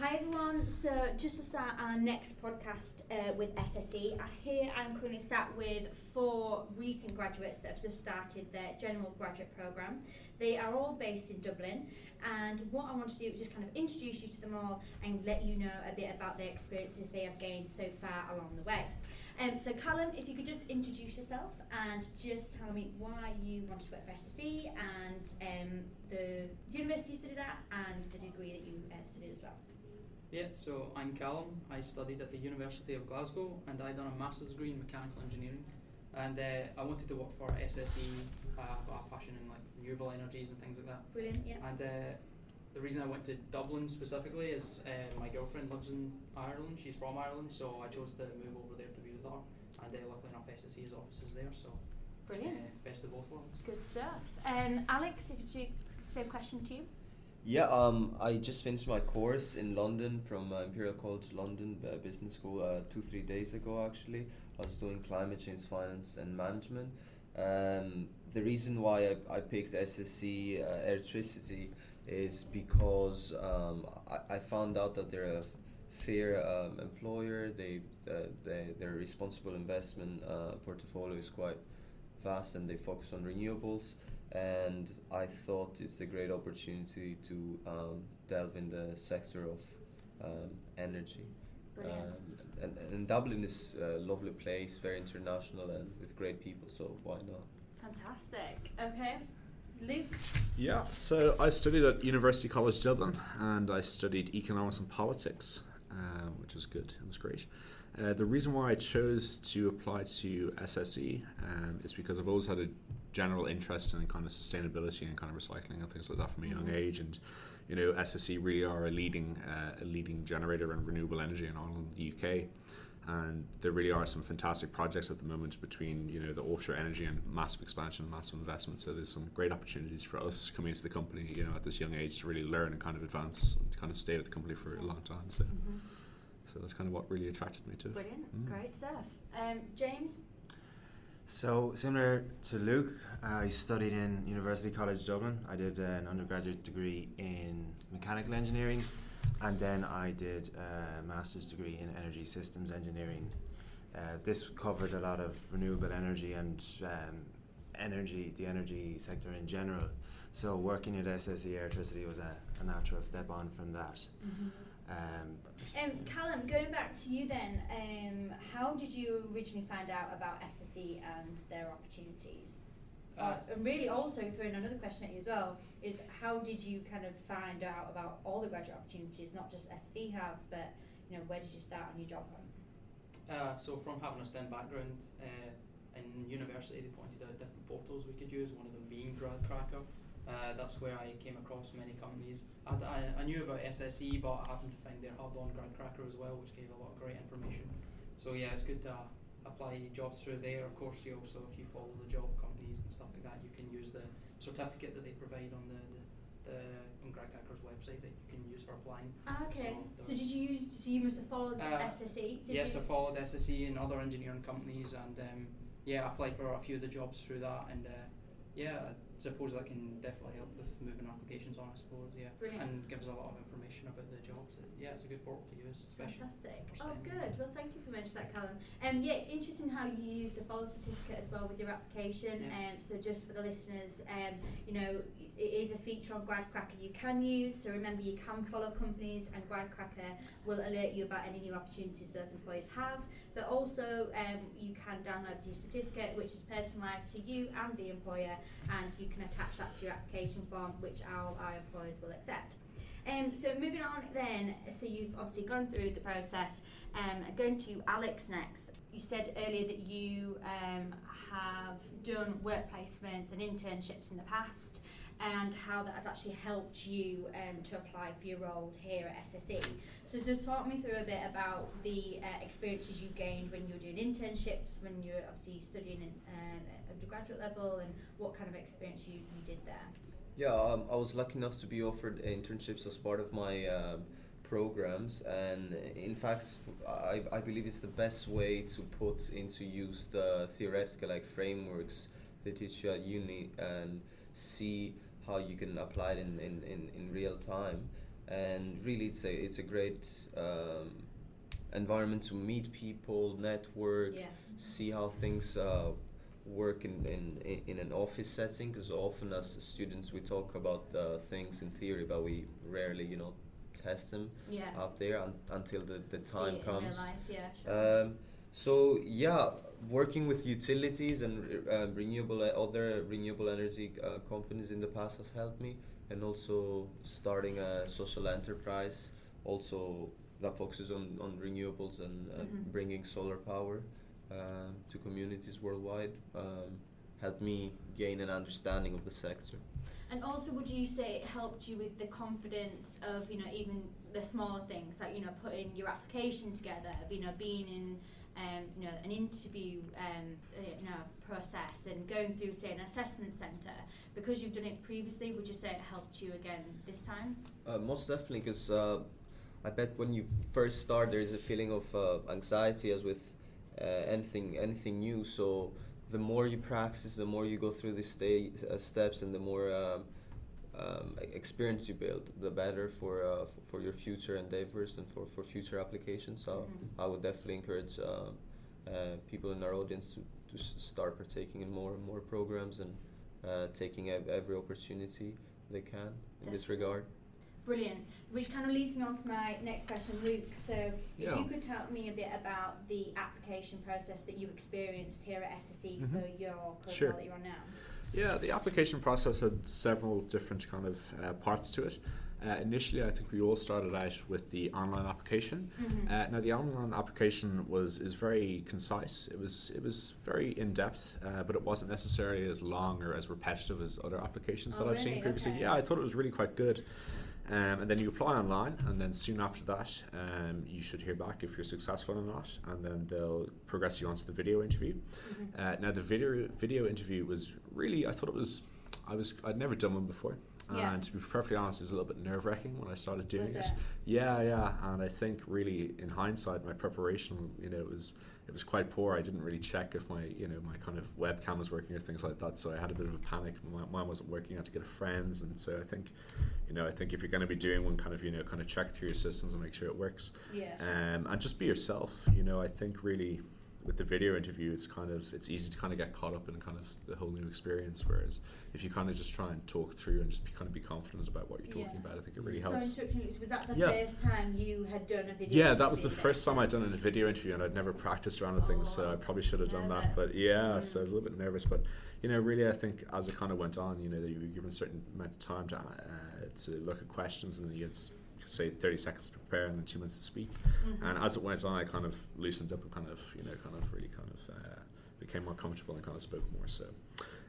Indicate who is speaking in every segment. Speaker 1: Hi everyone. So just to start our next podcast uh, with SSE, I here I'm currently sat with four recent graduates that have just started their general graduate program. They are all based in Dublin, and what I want to do is just kind of introduce you to them all and let you know a bit about the experiences they have gained so far along the way. Um, so Callum, if you could just introduce yourself and just tell me why you wanted to work for SSE and um, the university you studied at and the degree that you uh, studied as well.
Speaker 2: Yeah, so I'm Callum. I studied at the University of Glasgow and I done a master's degree in mechanical engineering. And uh, I wanted to work for SSE. Uh, I've got a passion in like renewable energies and things like that.
Speaker 1: Brilliant. Yeah.
Speaker 2: And uh, the reason I went to Dublin specifically is uh, my girlfriend lives in Ireland. She's from Ireland, so I chose to move over there to be with her. And uh, luckily enough, SSE's office is there, so uh,
Speaker 1: Brilliant.
Speaker 2: best of both worlds.
Speaker 1: Good stuff. Um, Alex, if you same question to you.
Speaker 3: Yeah, um, I just finished my course in London from uh, Imperial College London uh, Business School uh, two three days ago. Actually, I was doing climate change finance and management. Um, the reason why I, I picked SSC uh, electricity is because um, I, I found out that they're a fair um, employer. They, uh, they their responsible investment uh, portfolio is quite vast, and they focus on renewables and I thought it's a great opportunity to um, delve in the sector of um, energy.
Speaker 1: Brilliant.
Speaker 3: Um, and, and Dublin is a lovely place, very international, and with great people, so why not?
Speaker 1: Fantastic. Okay. Luke.
Speaker 4: Yeah, so I studied at University College Dublin and I studied economics and politics, um, which was good, it was great. Uh, the reason why I chose to apply to SSE um, is because I've always had a general interest in kind of sustainability and kind of recycling and things like that from a young age. And you know, SSE really are a leading uh, a leading generator in renewable energy in Ireland, and the UK. And there really are some fantastic projects at the moment between you know the offshore energy and massive expansion, massive investment. So there's some great opportunities for us coming into the company, you know, at this young age to really learn and kind of advance and kind of stay with the company for a long time. So so that's kind of what really attracted me to it.
Speaker 1: Brilliant.
Speaker 4: Mm.
Speaker 1: Great stuff. Um, James.
Speaker 5: So similar to Luke, I studied in University College Dublin. I did uh, an undergraduate degree in mechanical engineering, and then I did uh, a master's degree in energy systems engineering. Uh, this covered a lot of renewable energy and um, energy, the energy sector in general. So working at E SSE Electricity was a, a natural step on from that. Um,
Speaker 1: Um, Callum, going back to you then, um, how did you originally find out about SSE and their opportunities? Uh,
Speaker 2: Uh,
Speaker 1: and really also throwing another question at you as well is how did you kind of find out about all the graduate opportunities, not just SSE have, but you know, where did you start on your job hunt?
Speaker 2: Uh, so from having a STEM background uh, in university, they pointed out different portals we could use. One of them being GradCracker. Uh, that's where I came across many companies. I, I, I knew about SSE, but I happened to find their hub on GradCracker as well, which gave a lot of great information. So yeah, it's good to uh, apply jobs through there. Of course, you also if you follow the job companies and stuff like that, you can use the certificate that they provide on the, the, the on GradCracker's website that you can use for applying.
Speaker 1: Ah, okay. So
Speaker 2: So,
Speaker 1: did you use? So you must have followed
Speaker 2: Uh,
Speaker 1: SSE. Did
Speaker 2: yes,
Speaker 1: you?
Speaker 2: I followed SSE and other engineering companies, and um, yeah, I applied for a few of the jobs through that, and uh, yeah, I suppose that can definitely help with moving applications on. I suppose, yeah,
Speaker 1: Brilliant.
Speaker 2: and gives a lot of information about the jobs. Yeah, it's a good portal to use, especially.
Speaker 1: Fantastic.
Speaker 2: for
Speaker 1: Oh,
Speaker 2: STEM.
Speaker 1: good. Well, thank you for mentioning that, Callum. Um, yeah, interesting how you use the follow certificate as well with your application.
Speaker 2: Yeah.
Speaker 1: Um, so just for the listeners, um, you know, it is a feature on GradCracker you can use. So remember, you can follow companies, and GradCracker will alert you about any new opportunities those employees have. But also, um, you can download your certificate, which is personalised to you and the employer, and you can attach that to your application form, which our, our employers will accept. Um, so moving on then, so you've obviously gone through the process. Um, going to Alex next. You said earlier that you um, have done work placements and internships in the past, and how that has actually helped you um, to apply for your role here at SSE. So just talk me through a bit about the uh, experiences you gained when you were doing internships, when you were obviously studying in, um, at undergraduate level, and what kind of experience you, you did there.
Speaker 3: Yeah, um, I was lucky enough to be offered internships as part of my um, programs, and in fact, I, I believe it's the best way to put into use the theoretical like frameworks they teach you at uni and see how you can apply it in, in, in, in real time. and really it's a it's a great um, environment to meet people, network,
Speaker 1: Yeah.
Speaker 3: see how things uh, work in, in, in- in an office setting because often as students we talk about uh, things in theory but we rarely you know test them
Speaker 1: Yeah.
Speaker 3: out there un- until the, the
Speaker 1: See
Speaker 3: time
Speaker 1: it in real
Speaker 3: comes
Speaker 1: life, yeah, sure.
Speaker 3: um, so yeah working with utilities and re- um, renewable other renewable energy uh, companies in the past has helped me and also starting a social enterprise also that focuses on, on renewables and uh,
Speaker 1: Mhm.
Speaker 3: bringing solar power um, to communities worldwide um, helped me gain an understanding of the sector
Speaker 1: And also, would you say it helped you with the confidence of you know even the smaller things like you know putting your application together, of, you know being in um, you know an interview um, uh, you know process and going through say an assessment centre because you've done it previously. Would you say it helped you again this time?
Speaker 3: Uh, most definitely, because uh, I bet when you first start, there is a feeling of uh, anxiety, as with uh, anything anything new. So the more you practice, the more you go through these sta- uh, steps, and the more um, um, e- experience you build, the better for uh, f- for your future endeavors and for, for future applications. So
Speaker 1: Mhm.
Speaker 3: I would definitely encourage um uh, people in our audience to, to s- start partaking in more and more programs and uh, taking ev- every opportunity they can in this
Speaker 1: Definitely.
Speaker 3: regard.
Speaker 1: Brilliant. Which kind of leads me on to my next question, Luke. So, if
Speaker 4: Yeah.
Speaker 1: you could tell me a bit about the application process that you experienced here at SSE
Speaker 4: Mhm.
Speaker 1: for your course
Speaker 4: Sure.
Speaker 1: that you're on now.
Speaker 4: Yeah, the application process had several different kind of uh, parts to it. Uh, initially, I think we all started out with the online application.
Speaker 1: Mhm.
Speaker 4: Uh, now, the online application was is very concise. It was it was very in depth, uh, but it wasn't necessarily as long or as repetitive as other applications
Speaker 1: Oh,
Speaker 4: that I've
Speaker 1: really?
Speaker 4: seen previously.
Speaker 1: Okay.
Speaker 4: Yeah, I thought it was really quite good. Um, and then you apply online, and then soon after that, um, you should hear back if you're successful or not, and then they'll progress you onto the video interview.
Speaker 1: Mhm.
Speaker 4: Uh, now the video video interview was really I thought it was I was I'd never done one before.
Speaker 1: Yeah.
Speaker 4: And to be perfectly honest, it was a little bit nerve wracking when I started doing
Speaker 1: Was
Speaker 4: it.
Speaker 1: it?
Speaker 4: Yeah, yeah. And I think really in hindsight my preparation, you know, was it was quite poor. I didn't really check if my, you know, my kind of webcam was working or things like that. So I had a bit of a panic. My, mine wasn't working. I had to get a friend's. And so I think, you know, I think if you're going to be doing one, kind of, you know, kind of check through your systems and make sure it works
Speaker 1: Yeah.
Speaker 4: um, and just be yourself. You know, I think really with the video interview, it's kind of it's easy to kind of get caught up in kind of the whole new experience. Whereas if you kind of just try and talk through and just be, kind of be confident about what you're talking
Speaker 1: Yeah.
Speaker 4: about, I think it really
Speaker 1: so
Speaker 4: helps.
Speaker 1: interrupting Luke, so was that the
Speaker 4: Yeah.
Speaker 1: first time you had done a video?
Speaker 4: Yeah, that was the
Speaker 1: interview
Speaker 4: first
Speaker 1: then?
Speaker 4: time I'd done a video interview, and I'd never practiced around the things, so I probably should have done that. But
Speaker 1: Oh, Nervous.
Speaker 4: yeah,
Speaker 1: Mm.
Speaker 4: so I was a little bit nervous. But you know, really, I think as it kind of went on, you know, that you were given a certain amount of time to uh, to look at questions, and you had s- say 30 seconds to prepare and then two minutes to speak.
Speaker 1: Mhm.
Speaker 4: And as it went on, I kind of loosened up and kind of, you know, kind of really kind of uh, became more comfortable and kind of spoke more. So,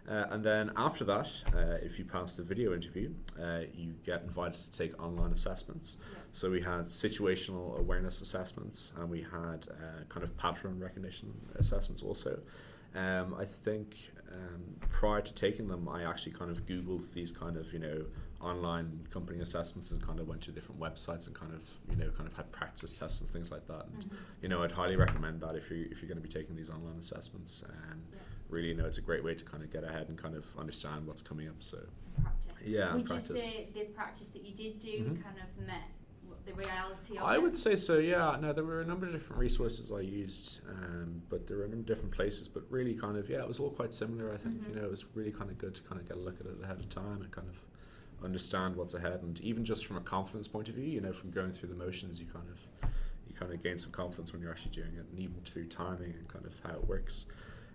Speaker 4: uh, and then after that, uh, if you pass the video interview, uh, you get invited to take online assessments.
Speaker 1: Yeah.
Speaker 4: So we had situational awareness assessments, and we had uh, kind of pattern recognition assessments also. Um, I think um, prior to taking them, I actually kind of googled these kind of you know online company assessments and kind of went to different websites and kind of you know kind of had practice tests and things like that. And
Speaker 1: Mhm.
Speaker 4: you know, I'd highly recommend that if you if you're going to be taking these online assessments. And
Speaker 1: Yeah.
Speaker 4: really, you know, it's a great way to kind of get ahead and kind of understand what's coming up. So
Speaker 1: Practice.
Speaker 4: yeah,
Speaker 1: Would you
Speaker 4: practice.
Speaker 1: say the practice that you did do
Speaker 4: Mhm.
Speaker 1: kind of met what the reality of
Speaker 4: I
Speaker 1: it?
Speaker 4: would say so, yeah. No, there were a number of different resources I used, um, but there were a number of different places. But really, kind of, yeah, it was all quite similar. I think
Speaker 1: Mhm.
Speaker 4: you know it was really kind of good to kind of get a look at it ahead of time and kind of understand what's ahead. And even just from a confidence point of view, you know, from going through the motions, you kind of you kind of gain some confidence when you're actually doing it, and even through timing and kind of how it works.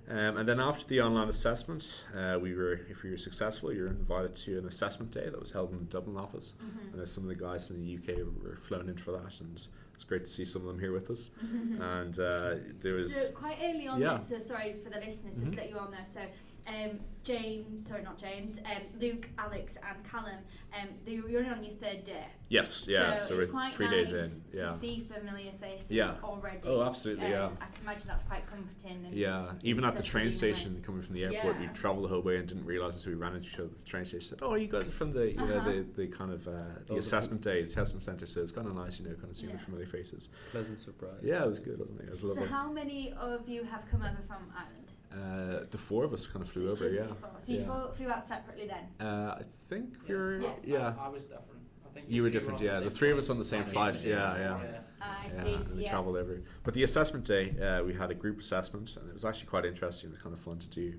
Speaker 4: Um, and then after the online assessment, uh, we were, if we were successful, you're invited to an assessment day that was held in the Dublin office. I
Speaker 1: Mhm.
Speaker 4: know some of the guys from the UK were flown in for that, and it's great to see some of them here with us. And uh, there
Speaker 1: Mm-hmm. So
Speaker 4: was
Speaker 1: quite early on,
Speaker 4: Yeah.
Speaker 1: then, so sorry for the listeners, just
Speaker 4: Mhm.
Speaker 1: let you on there. So um, James, sorry not James, um, Luke, Alex, and Callum, um, they were only on your third day.
Speaker 4: yes, yeah.
Speaker 1: so,
Speaker 4: So,
Speaker 1: it's
Speaker 4: we're
Speaker 1: quite
Speaker 4: three
Speaker 1: nice
Speaker 4: days in, yeah.
Speaker 1: to see familiar faces
Speaker 4: Yeah.
Speaker 1: already.
Speaker 4: Oh, absolutely,
Speaker 1: Um,
Speaker 4: yeah.
Speaker 1: I can imagine that's quite comforting. And
Speaker 4: Yeah, even at the
Speaker 1: Such a
Speaker 4: train
Speaker 1: good event.
Speaker 4: station coming from the airport,
Speaker 1: Yeah.
Speaker 4: we traveled the whole way and didn't realize until we ran into each other at the train station. Said, "Oh, you guys are from the you
Speaker 1: Uh-huh.
Speaker 4: know the, the kind of uh, the
Speaker 3: the
Speaker 4: assessment day, the assessment center." So it's kind of nice, you know, kind of seeing
Speaker 1: Yeah.
Speaker 4: the familiar faces.
Speaker 3: Pleasant surprise.
Speaker 4: Yeah, it was good, wasn't it? It was
Speaker 1: So
Speaker 4: lovely.
Speaker 1: how many of you have come over from Ireland?
Speaker 4: uh, the four of us kind of flew
Speaker 1: Just-
Speaker 4: over,
Speaker 1: just
Speaker 4: yeah.
Speaker 1: you four. So you
Speaker 4: Yeah.
Speaker 1: fo- flew out separately then.
Speaker 4: Uh, I think we were
Speaker 1: Yeah.
Speaker 4: yeah.
Speaker 2: I, I was different. I think
Speaker 4: You
Speaker 2: the
Speaker 4: were
Speaker 2: three
Speaker 4: different,
Speaker 2: on
Speaker 4: yeah. The
Speaker 2: same
Speaker 4: three of
Speaker 2: flight.
Speaker 4: us on the same
Speaker 2: Yeah,
Speaker 4: flight, yeah, yeah.
Speaker 1: Ah, I
Speaker 4: yeah,
Speaker 1: see.
Speaker 4: and we
Speaker 1: yeah.
Speaker 4: traveled every. But the assessment day, uh, we had a group assessment, and it was actually quite interesting. It was kind of fun to do.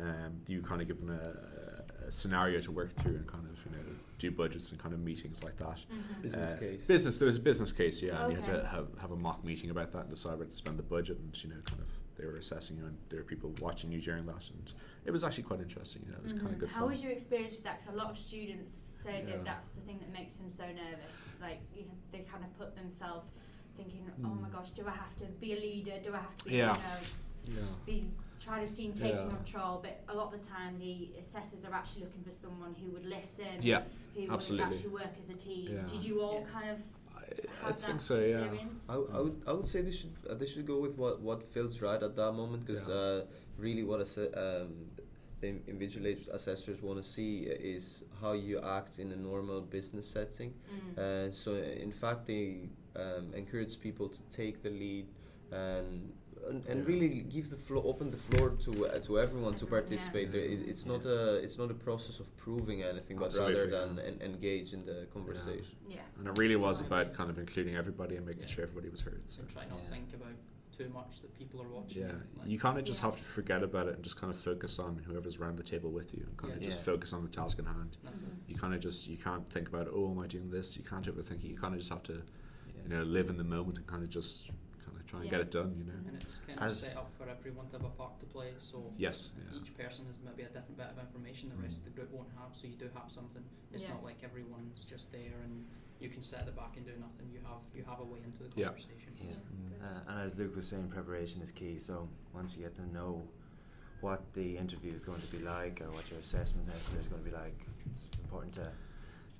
Speaker 4: Um, you kind of given a, a scenario to work through and kind of you know do budgets and kind of meetings like that.
Speaker 1: Mhm.
Speaker 3: Business
Speaker 4: Uh,
Speaker 3: case.
Speaker 4: Business. There was a business case, yeah, and you had
Speaker 1: Okay.
Speaker 4: to have, have a mock meeting about that and decide where to spend the budget, and you know, kind of they were assessing you, and there were people watching you during that, and it was actually quite interesting. You know, it was kind
Speaker 1: Mhm.
Speaker 4: of good
Speaker 6: How
Speaker 4: fun.
Speaker 6: was your experience with that? Because a lot of students say
Speaker 4: Yeah.
Speaker 6: that that's the thing that makes them so nervous. Like you know, they kind of put themselves thinking, "Oh my
Speaker 4: Mm.
Speaker 6: gosh, do I have to be a leader? Do I have to be,
Speaker 4: Yeah.
Speaker 6: you know,
Speaker 4: yeah.
Speaker 6: be trying to seem taking
Speaker 4: Yeah.
Speaker 6: control?" But a lot of the time, the assessors are actually looking for someone who would listen,
Speaker 4: Yeah,
Speaker 6: who
Speaker 4: absolutely.
Speaker 6: would actually work as a team.
Speaker 4: Yeah.
Speaker 6: Did you all
Speaker 2: Yeah.
Speaker 6: kind of
Speaker 4: I, I
Speaker 6: have
Speaker 4: think
Speaker 6: that
Speaker 4: so. Yeah.
Speaker 6: experience?
Speaker 3: I, I would I would say they should uh, they should go with what, what feels right at that moment because
Speaker 4: Yeah.
Speaker 3: uh, really what asse- um, the in- invigilators assessors want to see is how you act in a normal business setting.
Speaker 6: Mm.
Speaker 1: Mm-hmm.
Speaker 3: Uh, so in fact, they um, encourage people to take the lead and and, and
Speaker 4: Yeah.
Speaker 3: really give the floor, open the floor to uh, to everyone to
Speaker 6: Everyone, yeah.
Speaker 3: participate. There, it, it's not
Speaker 4: Yeah.
Speaker 3: a it's not a process of proving anything, but rather
Speaker 4: Absolutely, yeah.
Speaker 3: than en- engage in the conversation.
Speaker 6: yeah.
Speaker 4: And it really was
Speaker 6: Right.
Speaker 4: about kind of including everybody and making
Speaker 2: Yeah.
Speaker 4: sure everybody was heard. So
Speaker 2: So try not to
Speaker 3: Yeah.
Speaker 2: think about too much that people are watching.
Speaker 4: yeah,
Speaker 2: Like,
Speaker 4: you kind of just
Speaker 6: Yeah.
Speaker 4: have to forget about it and just kind of focus on whoever's around the table with you and kind of
Speaker 2: Yeah.
Speaker 4: just
Speaker 3: Yeah.
Speaker 4: focus on the task in hand.
Speaker 2: that's it.
Speaker 6: Mhm.
Speaker 4: You kind of just you can't think about oh am I doing this? You can't overthink it. You kind of just have to
Speaker 3: Yeah.
Speaker 4: you know live in the moment and kind of just kind of try and get
Speaker 6: Yeah.
Speaker 4: it done. You know.
Speaker 2: And it's kind of
Speaker 5: As-
Speaker 2: set up for everyone to have a part to play. So
Speaker 4: Yes. Yeah.
Speaker 2: each person has maybe a different bit of information the rest of the group won't have. So you do have something. It's
Speaker 6: Yeah.
Speaker 2: not like everyone's just there and you can sit at the back and do nothing. You have you have a way into the
Speaker 4: Yeah.
Speaker 2: conversation.
Speaker 5: Yeah.
Speaker 4: Mm.
Speaker 5: Uh, and as Luke was saying, preparation is key. So once you get to know what the interview is going to be like or what your assessment is going to be like, it's important to,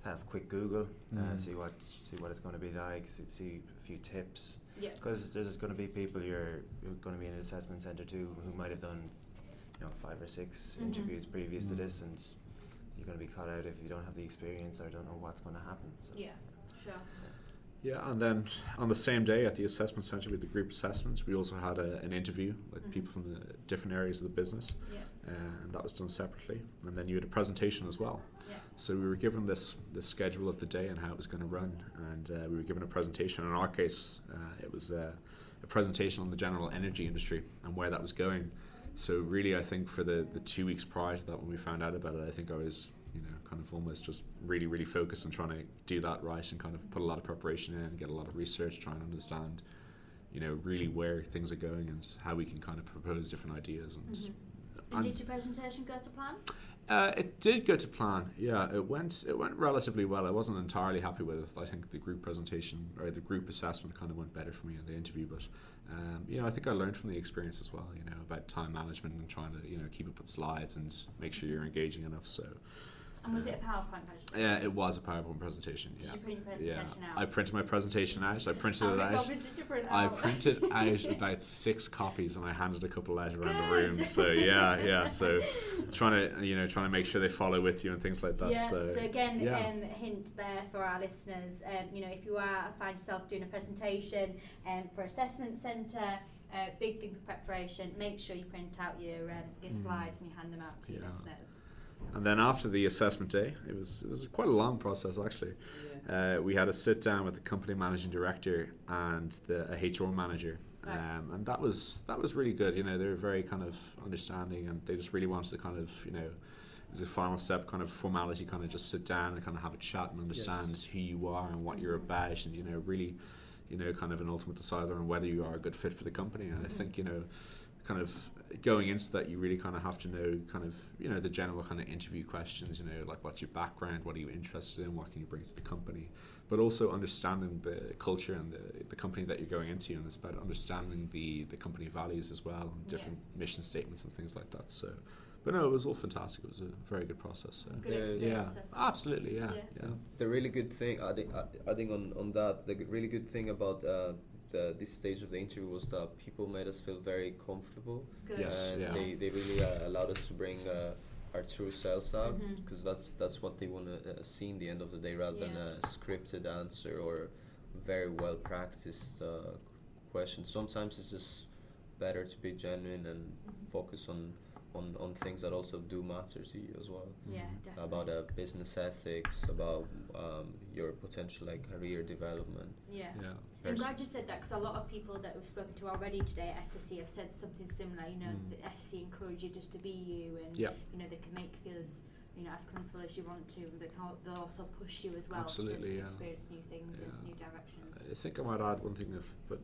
Speaker 5: to have a quick Google, uh,
Speaker 4: Mm.
Speaker 5: see what see what it's going to be like, see, see a few tips.
Speaker 6: Yeah.
Speaker 4: Uh,
Speaker 5: Because there's going to be people you're, you're going to be in an assessment centre too who might have done, you know, five or 6
Speaker 6: Mhm.
Speaker 5: interviews previous to
Speaker 4: Mm.
Speaker 5: this, and you're going to be caught out if you don't have the experience or don't know what's going to happen. So
Speaker 6: Yeah. Sure.
Speaker 4: Yeah, and then on the same day at the assessment centre with the group assessment, we also had a, an interview with
Speaker 6: Mhm.
Speaker 4: people from the different areas of the business,
Speaker 6: Yeah.
Speaker 4: uh, and that was done separately. And then you had a presentation as well.
Speaker 6: Yeah.
Speaker 4: So we were given this this schedule of the day and how it was going to run, and uh, we were given a presentation. In our case, uh, it was uh, a presentation on the general energy industry and where that was going. So really, I think for the the two weeks prior to that, when we found out about it, I think I was you know kind of almost just really really focused on trying to do that right and kind of put a lot of preparation in, get a lot of research, try and understand. You know, really where things are going and how we can kind of propose different ideas and
Speaker 6: Mhm. And
Speaker 1: Mm-hmm.
Speaker 4: and-
Speaker 6: did your presentation go to plan?
Speaker 4: uh, it did go to plan. Yeah, it went it went relatively well. I wasn't entirely happy with it. I think the group presentation or the group assessment kind of went better for me in the interview, but um, you know, I think I learned from the experience as well. You know, about time management and trying to you know keep up with slides and make sure you're engaging enough. So
Speaker 6: And was
Speaker 4: Yeah.
Speaker 6: it a PowerPoint presentation?
Speaker 4: yeah, it was a PowerPoint presentation.
Speaker 6: Did
Speaker 4: Yeah,
Speaker 6: you print your
Speaker 4: yeah.
Speaker 6: presentation out?
Speaker 4: I printed my presentation out. I
Speaker 1: Oh
Speaker 4: printed
Speaker 6: How
Speaker 4: it
Speaker 6: many
Speaker 4: out.
Speaker 6: copies did you print
Speaker 4: I
Speaker 6: out?
Speaker 4: printed out about six copies and I handed a couple out around the
Speaker 6: Good.
Speaker 4: room. So yeah, yeah. So trying to you know trying to make sure they follow with you and things like that.
Speaker 1: yeah,
Speaker 4: so,
Speaker 1: again,
Speaker 4: uh, yeah.
Speaker 1: um, hint there for our listeners. Um, you know, if you are find yourself doing a presentation um, for assessment centre, uh, big thing for preparation. Make sure you print out your um, your
Speaker 4: Mm.
Speaker 1: slides and you hand them out to your
Speaker 4: Yeah.
Speaker 1: listeners.
Speaker 4: and then after the assessment day, it was it was quite a long process actually.
Speaker 2: Yeah.
Speaker 4: Uh, we had a sit down with the company managing director and the a HR manager.
Speaker 6: Right.
Speaker 4: Um, and that was that was really good. You know, they were very kind of understanding, and they just really wanted to kind of you know, as a final step, kind of formality, kind of just sit down and kind of have a chat and understand who you are and what you're
Speaker 6: Mhm.
Speaker 4: about, and you know, really, you know, kind of an ultimate decider on whether you are a good fit for the company. And
Speaker 6: Mhm.
Speaker 4: I think you know, kind of going into that, you really kind of have to know kind of you know the general kind of interview questions. You know, like what's your background, what are you interested in, what can you bring to the company, but also understanding the culture and the, the company that you're going into, and it's about understanding the the company values as well, and
Speaker 6: Yeah.
Speaker 4: different mission statements and things like that. So, but no, it was all fantastic. It was a very good process. So. uh,
Speaker 6: Good
Speaker 3: Yeah,
Speaker 4: Yeah,
Speaker 6: experience. so far.
Speaker 4: absolutely. Yeah,
Speaker 6: Yeah.
Speaker 4: yeah.
Speaker 3: the really good thing adding, add- adding on, on that the g- really good thing about uh, the, this stage of the interview was that people made us feel very comfortable
Speaker 6: Good.
Speaker 4: Yes,
Speaker 3: and
Speaker 4: yeah.
Speaker 3: they, they really uh, allowed us to bring uh, our true selves out
Speaker 6: Mhm.
Speaker 3: because that's that's what they want to uh, see in the end of the day rather than
Speaker 6: Yeah.
Speaker 3: a scripted answer or very well practiced uh, question sometimes it's just better to be genuine and focus on on, on things that also do matter to you as well.
Speaker 6: Yeah,
Speaker 4: Mhm.
Speaker 6: definitely.
Speaker 3: About uh, business ethics, about um, your potential like career development.
Speaker 6: yeah.
Speaker 4: Yeah.
Speaker 6: I'm
Speaker 3: Pers-
Speaker 6: glad you said that because a lot of people that we've spoken to already today at SSE have said something similar. You know,
Speaker 4: Mm.
Speaker 6: the SSE encourage you just to be you, and
Speaker 4: Yeah.
Speaker 6: you know they can make you feel as you know as comfortable as you want to, but they can al- they'll also push you as well
Speaker 4: Absolutely,
Speaker 6: to
Speaker 4: yeah.
Speaker 6: experience new things
Speaker 4: Yeah.
Speaker 6: and new directions.
Speaker 4: I think I might add one thing, if, but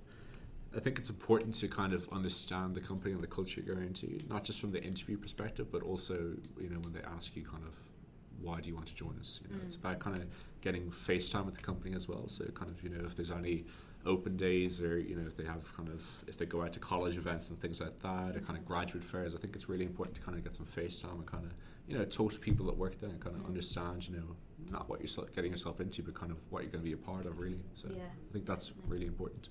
Speaker 4: I think it's important to kind of understand the company and the culture you're going into, not just from the interview perspective, but also you know when they ask you kind of why do you want to join us. You know, it's
Speaker 6: Mm.
Speaker 4: about kind of getting face time with the company as well. So kind of you know if there's any open days or you know if they have kind of if they go out to college events and things like that or kind of
Speaker 6: Mm.
Speaker 4: graduate fairs i think it's really important to kind of get some face time and kind of you know talk to people that work there and kind of
Speaker 6: Mm.
Speaker 4: understand you know not what you're sort of getting yourself into but kind of what you're going to be a part of really so
Speaker 6: Yeah.
Speaker 4: I think that's
Speaker 6: Definitely.
Speaker 4: really important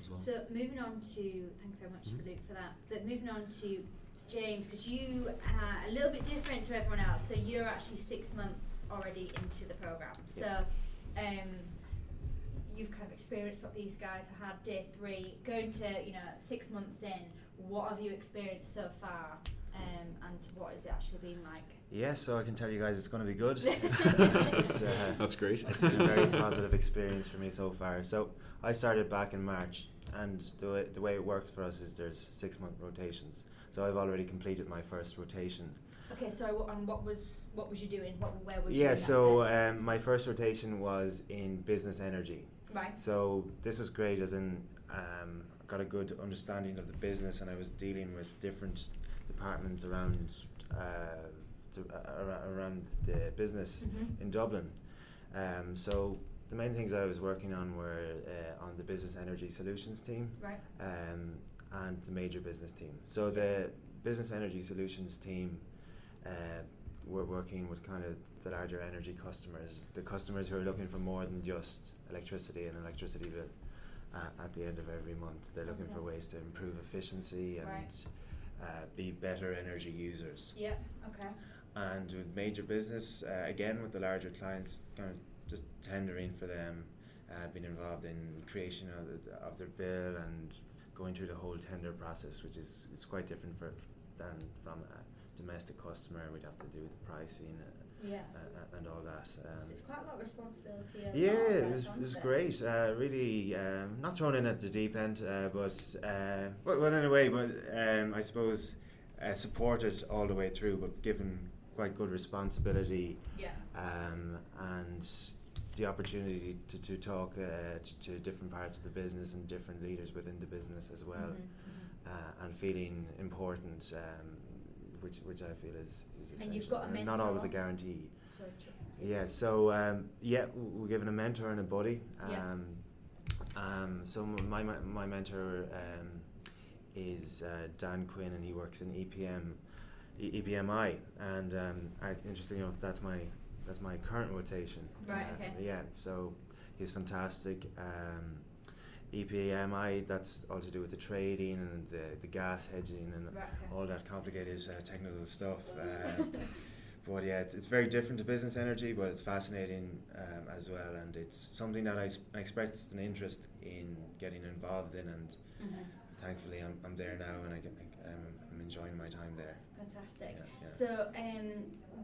Speaker 4: as well.
Speaker 1: So moving on to thank you very much
Speaker 4: Mhm.
Speaker 1: for Luke for that. But moving on to James, because you are a little bit different to everyone else. So you're actually six months already into the program.
Speaker 3: Yeah.
Speaker 1: So um, you've kind of experienced what these guys have had day three. Going to you know six months in, what have you experienced so far, um, and what has it actually been like?
Speaker 5: Yeah, so I can tell you guys it's going to be good. it's, uh,
Speaker 4: That's great.
Speaker 5: It's been a very positive experience for me so far. So I started back in March, and the way, the way it works for us is there's six month rotations. So I've already completed my first rotation.
Speaker 1: Okay, so what- and what was what was you doing? What where was you?
Speaker 5: Yeah,
Speaker 1: at
Speaker 5: so
Speaker 1: this?
Speaker 5: um, my first rotation was in business energy.
Speaker 1: right.
Speaker 5: So this was great, as in um, I got a good understanding of the business, and I was dealing with different departments around uh, to, uh, around the business
Speaker 1: Mhm.
Speaker 5: in Dublin. Um, so the main things I was working on were uh, on the business energy solutions team
Speaker 1: Right.
Speaker 5: um, and the major business team. So the business energy solutions team uh, were working with kind of the larger energy customers, the customers who are looking for more than just electricity and electricity bill. Uh, at the end of every month, they're looking for
Speaker 1: Okay.
Speaker 5: ways to improve efficiency and
Speaker 1: Right.
Speaker 5: uh, be better energy users
Speaker 1: Yeah. Okay.
Speaker 5: and with major business uh, again with the larger clients kind of just tendering for them uh, being involved in creation of, the, of their bill and going through the whole tender process which is it's quite different for than from a domestic customer we'd have to do with the pricing
Speaker 1: Yeah.
Speaker 5: uh, uh, and all that
Speaker 1: So
Speaker 5: um,
Speaker 1: it's quite a lot of responsibility. and a
Speaker 5: yeah,
Speaker 1: lot of
Speaker 5: it
Speaker 1: work
Speaker 5: was,
Speaker 1: onto
Speaker 5: it was great. Uh, really, um, not thrown in at the deep end, uh, but uh, well, well, in a way, but um, I suppose uh, supported all the way through, but given quite good responsibility
Speaker 1: Yeah.
Speaker 5: um, and the opportunity to, to talk uh, to, to different parts of the business and different leaders within the business as well,
Speaker 1: Mhm,
Speaker 5: uh, and feeling important, um, which which I feel is is essential.
Speaker 1: And you've got a
Speaker 5: not always a
Speaker 1: mentor.
Speaker 5: guarantee.
Speaker 1: mhm. Sorry, Ch-
Speaker 5: Yeah, so um, yeah, w- we're given a mentor and a buddy.
Speaker 1: Yeah.
Speaker 5: Um, um, so m- my, my, my mentor um, is uh, Dan Quinn, and he works in EPM, E- EPMI, and um, I, interestingly enough, that's my that's my current rotation.
Speaker 1: Right,
Speaker 5: Uh,
Speaker 1: okay.
Speaker 5: Yeah, so he's fantastic. Um, EPMI, that's all to do with the trading and the, the gas hedging and
Speaker 1: Right, okay.
Speaker 5: all that complicated uh, technical stuff. Uh, but yeah, it's, it's very different to business energy, but it's fascinating um, as well, and it's something that I, s- I expressed an interest in getting involved in, and
Speaker 1: Mhm.
Speaker 5: thankfully I'm, I'm there now, and I can, um, I'm enjoying my time there. Yeah,
Speaker 1: Fantastic.
Speaker 5: yeah.
Speaker 1: So, um,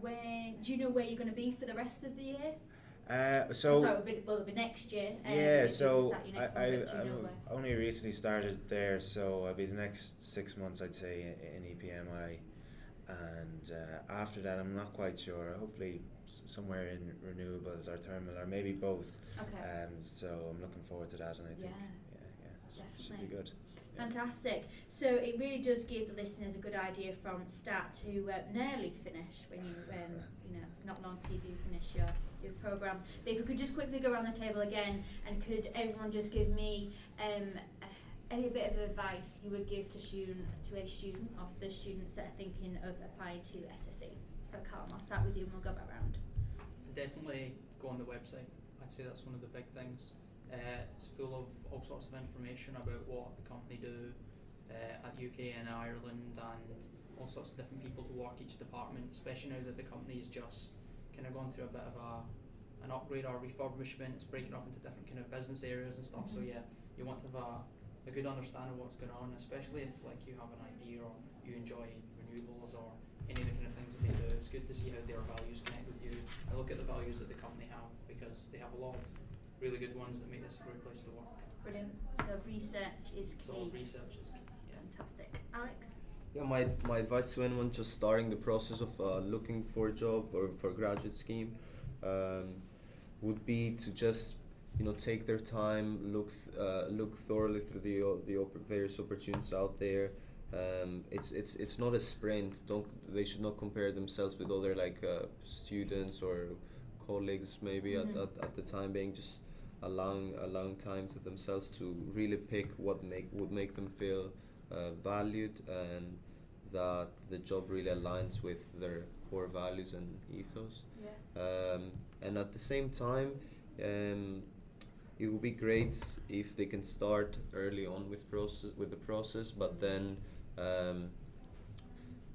Speaker 1: when do you know where you're going to be for the rest of the year?
Speaker 5: uh, so
Speaker 1: Sorry, it'll be, well, it'll be next year. Um,
Speaker 5: yeah,
Speaker 1: if you
Speaker 5: so
Speaker 1: start your
Speaker 5: I,
Speaker 1: next
Speaker 5: I,
Speaker 1: one, but do you
Speaker 5: I've
Speaker 1: know where?
Speaker 5: only recently started there, so I'll be the next six months, I'd say, i- in EPMI. And uh, after that, I'm not quite sure. Hopefully, s- somewhere in renewables or thermal, or maybe both.
Speaker 1: Okay.
Speaker 5: Um, so I'm looking forward to that, and I think
Speaker 1: Yeah.
Speaker 5: yeah, yeah, sh- should be
Speaker 1: Definitely.
Speaker 5: good. Yeah.
Speaker 1: Fantastic. So it really does give the listeners a good idea from start to uh, nearly finish when you, um, you know, not long till you do finish your, your programme. But if we could just quickly go around the table again and could everyone just give me um, uh, any bit of advice you would give to student to a student of the students that are thinking of applying to SSE? So Carl, I'll start with you and we'll go back round.
Speaker 2: Definitely go on the website. I'd say that's one of the big things. Uh, it's full of all sorts of information about what the company do uh, at UK and Ireland and all sorts of different people who work each department, especially now that the company's just kind of gone through a bit of a, an upgrade or refurbishment. It's breaking up into different kind of business areas and stuff. So
Speaker 1: Mhm.
Speaker 2: yeah, you want to have a, a good understanding of what's going on, especially if like you have an idea or you enjoy renewables renewables or any of the kind of things that they do. It's good to see how their values connect with you and look at the values that the company have because they have a lot of really good ones that make this a great place to work.
Speaker 1: Brilliant. So research is key.
Speaker 2: So research is key. Yeah.
Speaker 1: Fantastic. Alex?
Speaker 3: Yeah, my, my advice to anyone just starting the process of uh, looking for a job or for a graduate scheme um, would be to just you know take their time, look th- uh, look thoroughly through the o- the op- various opportunities out there. Um, it's it's it's not a sprint. Don't they should not compare themselves with other like uh, students or colleagues maybe
Speaker 1: Mhm.
Speaker 3: at, at, at the time being just allowing allowing time to themselves to really pick what make would make them feel uh, valued and that the job really aligns with their core values and ethos
Speaker 1: Yeah.
Speaker 3: um, and at the same time um, it would be great if they can start early on with process with the process but then um,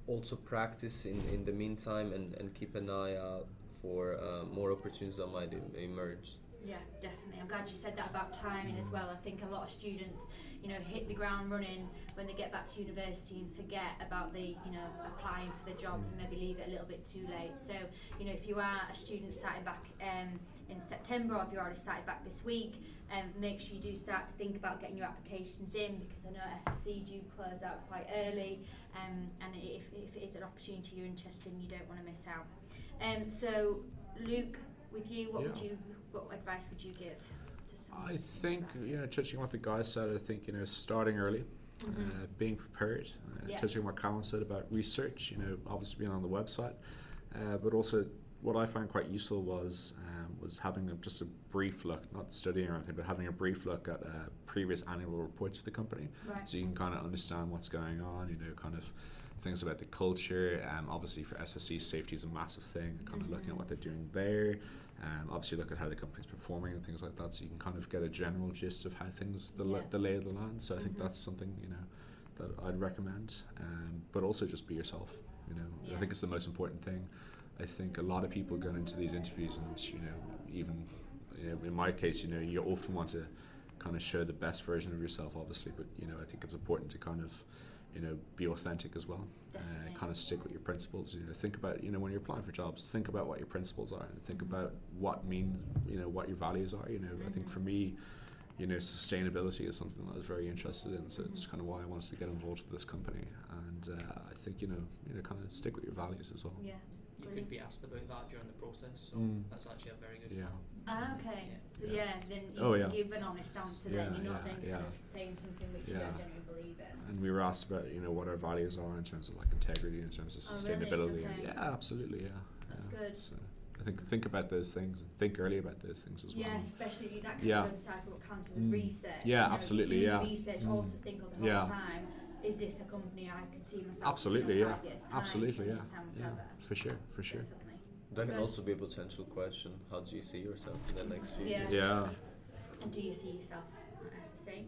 Speaker 3: also practice in, in the meantime and, and keep an eye out for uh, more opportunities that might em- emerge
Speaker 1: Yeah, definitely. I'm glad you said that about timing as well. I think a lot of students, you know, hit the ground running when they get back to university and forget about the, you know, applying for the jobs and maybe leave it a little bit too late. So, you know, if you are a student starting back um, in September or if you already started back this week, um, make sure you do start to think about getting your applications in because I know SSC do close out quite early um, and if, if it is an opportunity you're interested in, you don't want to miss out. Um, so, Luke, with you, what would
Speaker 4: Yeah.
Speaker 1: you what advice would you give to someone?
Speaker 4: I
Speaker 1: that's
Speaker 4: think uh,
Speaker 1: thinking
Speaker 4: you know, touching on what the guy said, I think you know, starting early,
Speaker 1: about
Speaker 6: Mm-hmm.
Speaker 1: it? Mhm.
Speaker 4: uh, being prepared, uh,
Speaker 1: Yeah.
Speaker 4: touching on what Callum said about research. You know, obviously being on the website, uh, but also what I found quite useful was um, was having a, just a brief look, not studying or anything, but having a brief look at uh, previous annual reports of the company,
Speaker 1: Right.
Speaker 4: so you can kind of understand what's going on. You know, kind of things about the culture. Um, obviously, for SSC, safety is a massive thing. Kind of looking at
Speaker 1: Mhm.
Speaker 4: what they're doing there. Um, obviously, look at how the company's performing and things like that, so you can kind of get a general gist of how things the, la-
Speaker 1: Yeah.
Speaker 4: the lay of the land. So I think
Speaker 1: Mhm.
Speaker 4: that's something you know that I'd recommend. Um, but also just be yourself. You know,
Speaker 1: Yeah.
Speaker 4: I think it's the most important thing. I think a lot of people going into these interviews, and you know, even you know, in my case, you know, you often want to kind of show the best version of yourself, obviously. But you know, I think it's important to kind of you know be authentic as well
Speaker 1: Definitely.
Speaker 4: uh, kind of stick with your principles. You know, think about you know when you're applying for jobs, think about what your principles are, and think
Speaker 1: Mhm.
Speaker 4: about what means you know what your values are. You know, I think
Speaker 1: Mhm.
Speaker 4: for me, you know, sustainability is something that I was very interested in, so it's
Speaker 1: Mhm.
Speaker 4: kind of why I wanted to get involved with this company. And uh, I think you know, you know, kind of stick with your values as well.
Speaker 1: Yeah.
Speaker 2: You could be asked about that during the process, so
Speaker 4: Mm.
Speaker 2: that's actually a very good
Speaker 4: Yeah.
Speaker 1: Ah, okay.
Speaker 2: Yeah.
Speaker 1: So yeah,
Speaker 4: Yeah.
Speaker 1: then you
Speaker 4: Oh,
Speaker 1: can
Speaker 4: yeah.
Speaker 1: give an honest answer.
Speaker 4: Yeah,
Speaker 1: then you're not
Speaker 4: yeah,
Speaker 1: then kind
Speaker 4: yeah.
Speaker 1: of saying something which you
Speaker 4: Yeah.
Speaker 1: don't generally believe in.
Speaker 4: And we were asked about you know what our values are in terms of like integrity, in terms of
Speaker 1: Oh, really?
Speaker 4: sustainability. and
Speaker 1: Okay.
Speaker 4: yeah, absolutely. Yeah.
Speaker 1: That's
Speaker 4: yeah.
Speaker 1: good.
Speaker 4: So I think think about those things and think early about those things as well.
Speaker 1: Yeah, especially you- that kind
Speaker 4: Yeah.
Speaker 1: of coincides with what comes with
Speaker 4: Mm.
Speaker 1: research.
Speaker 4: Yeah,
Speaker 1: you know, if you
Speaker 4: absolutely,
Speaker 1: do the
Speaker 4: yeah.
Speaker 1: Research
Speaker 4: Mm.
Speaker 1: also think of the whole
Speaker 4: Yeah.
Speaker 1: time. Is this a company I could see myself? in
Speaker 4: Absolutely, yeah.
Speaker 1: five years' time,
Speaker 4: Absolutely,
Speaker 1: ten
Speaker 4: yeah.
Speaker 1: years' time,
Speaker 4: yeah.
Speaker 1: whatever?
Speaker 4: For sure, for sure.
Speaker 1: Definitely.
Speaker 3: That can
Speaker 1: Good.
Speaker 3: also be a potential question. How do you see yourself in the next few
Speaker 1: Yeah.
Speaker 3: years?
Speaker 4: Yeah.
Speaker 1: And do you see yourself at SSC?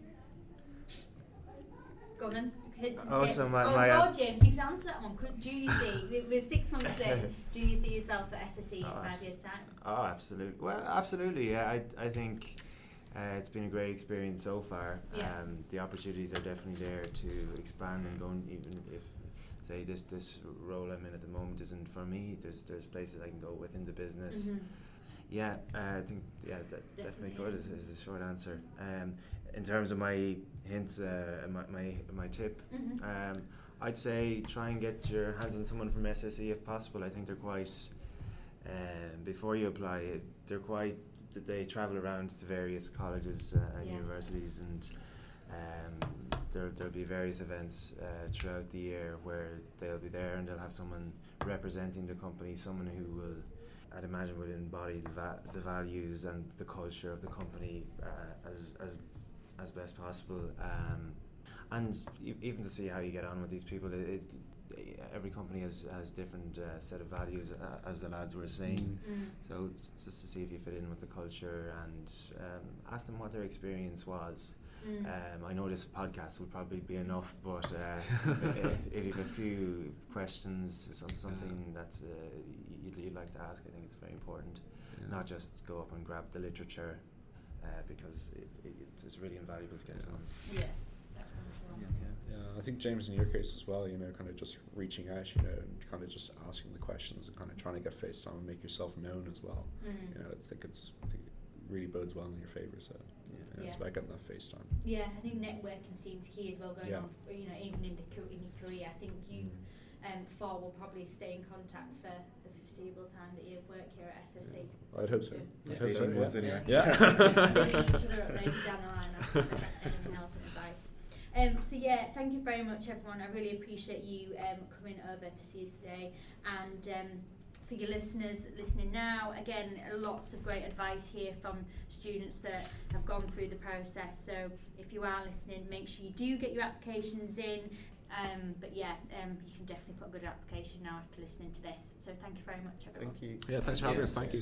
Speaker 1: Go on then. Hints and
Speaker 5: Oh,
Speaker 1: tips.
Speaker 5: so my-
Speaker 1: oh,
Speaker 5: my, uh,
Speaker 1: oh, Jim, you can answer that one. Could, do you see, with- with six months in, do you see yourself at SSC in
Speaker 5: Oh,
Speaker 1: five
Speaker 5: abs-
Speaker 1: years' time?
Speaker 5: Oh, absolutely. Well, absolutely. Yeah, I, I think uh, it's been a great experience so far.
Speaker 1: Yeah.
Speaker 5: Um, the opportunities are definitely there to expand and go, and even if, say, this this role I'm in at the moment isn't for me. There's there's places I can go within the business.
Speaker 1: Mhm.
Speaker 5: Yeah, uh, I think yeah, that
Speaker 1: Definitely
Speaker 5: definitely good
Speaker 1: is.
Speaker 5: is, is the short answer. Um, in terms of my hints, uh, and my my my tip,
Speaker 1: Mhm.
Speaker 5: um, I'd say try and get your hands on someone from SSE if possible. I think they're quite. Um, before you apply, it, they're quite. th- They travel around to various colleges uh, and
Speaker 1: Yeah.
Speaker 5: universities, and um, there there'll be various events uh, throughout the year where they'll be there and they'll have someone representing the company, someone who will, I'd imagine, will embody the, va- the values and the culture of the company uh, as as as best possible. Um, and e- even to see how you get on with these people, it, it, every company has, has different uh, set of values, uh, as the lads were saying.
Speaker 1: Mm.
Speaker 5: So it's just to see if you fit in with the culture and um, ask them what their experience was.
Speaker 1: Mm.
Speaker 5: Um, I know this podcast would probably be enough, but uh, i- if you have a few questions, some, something that's uh, you'd, you'd like to ask, I think it's very important.
Speaker 4: Yeah.
Speaker 5: Not just go up and grab the literature, uh, because it, it, it's really invaluable to get
Speaker 4: Yeah.
Speaker 5: some.
Speaker 1: yeah. That's wonderful.
Speaker 5: Yeah, yeah.
Speaker 4: Yeah, I think James, in your case as well, you know, kind of just reaching out, you know, and kind of just asking the questions and kind of trying to get face time and make yourself known as well.
Speaker 1: Mm.
Speaker 4: You know, I think it's I think it really bodes well in your favor. So you know, it's
Speaker 1: Yeah.
Speaker 4: about getting that face time.
Speaker 1: Yeah, I think networking seems key as well. Going
Speaker 4: Yeah.
Speaker 1: on, for- you know, even in the car- in your career, I think you
Speaker 4: Mm.
Speaker 1: um, four will probably stay in contact for the foreseeable time that you work here at SSC.
Speaker 4: Mm. I'd hope so.
Speaker 2: Yeah.
Speaker 4: I'd hope so.
Speaker 5: Eighteen months
Speaker 4: Yeah.
Speaker 5: anyway.
Speaker 4: Yeah.
Speaker 1: We'll meet each other up later down the line asking for any help and advice. Um, so yeah, thank you very much, everyone. I really appreciate you um, coming over to see us today, and um, for your listeners listening now, again, lots of great advice here from students that have gone through the process. So if you are listening, make sure you do get your applications in. Um, but yeah, um, you can definitely put a good application now after listening to this. So thank you very much, everyone.
Speaker 3: Thank you.
Speaker 4: Yeah, thanks for
Speaker 2: Yeah.
Speaker 4: having us. Thank you.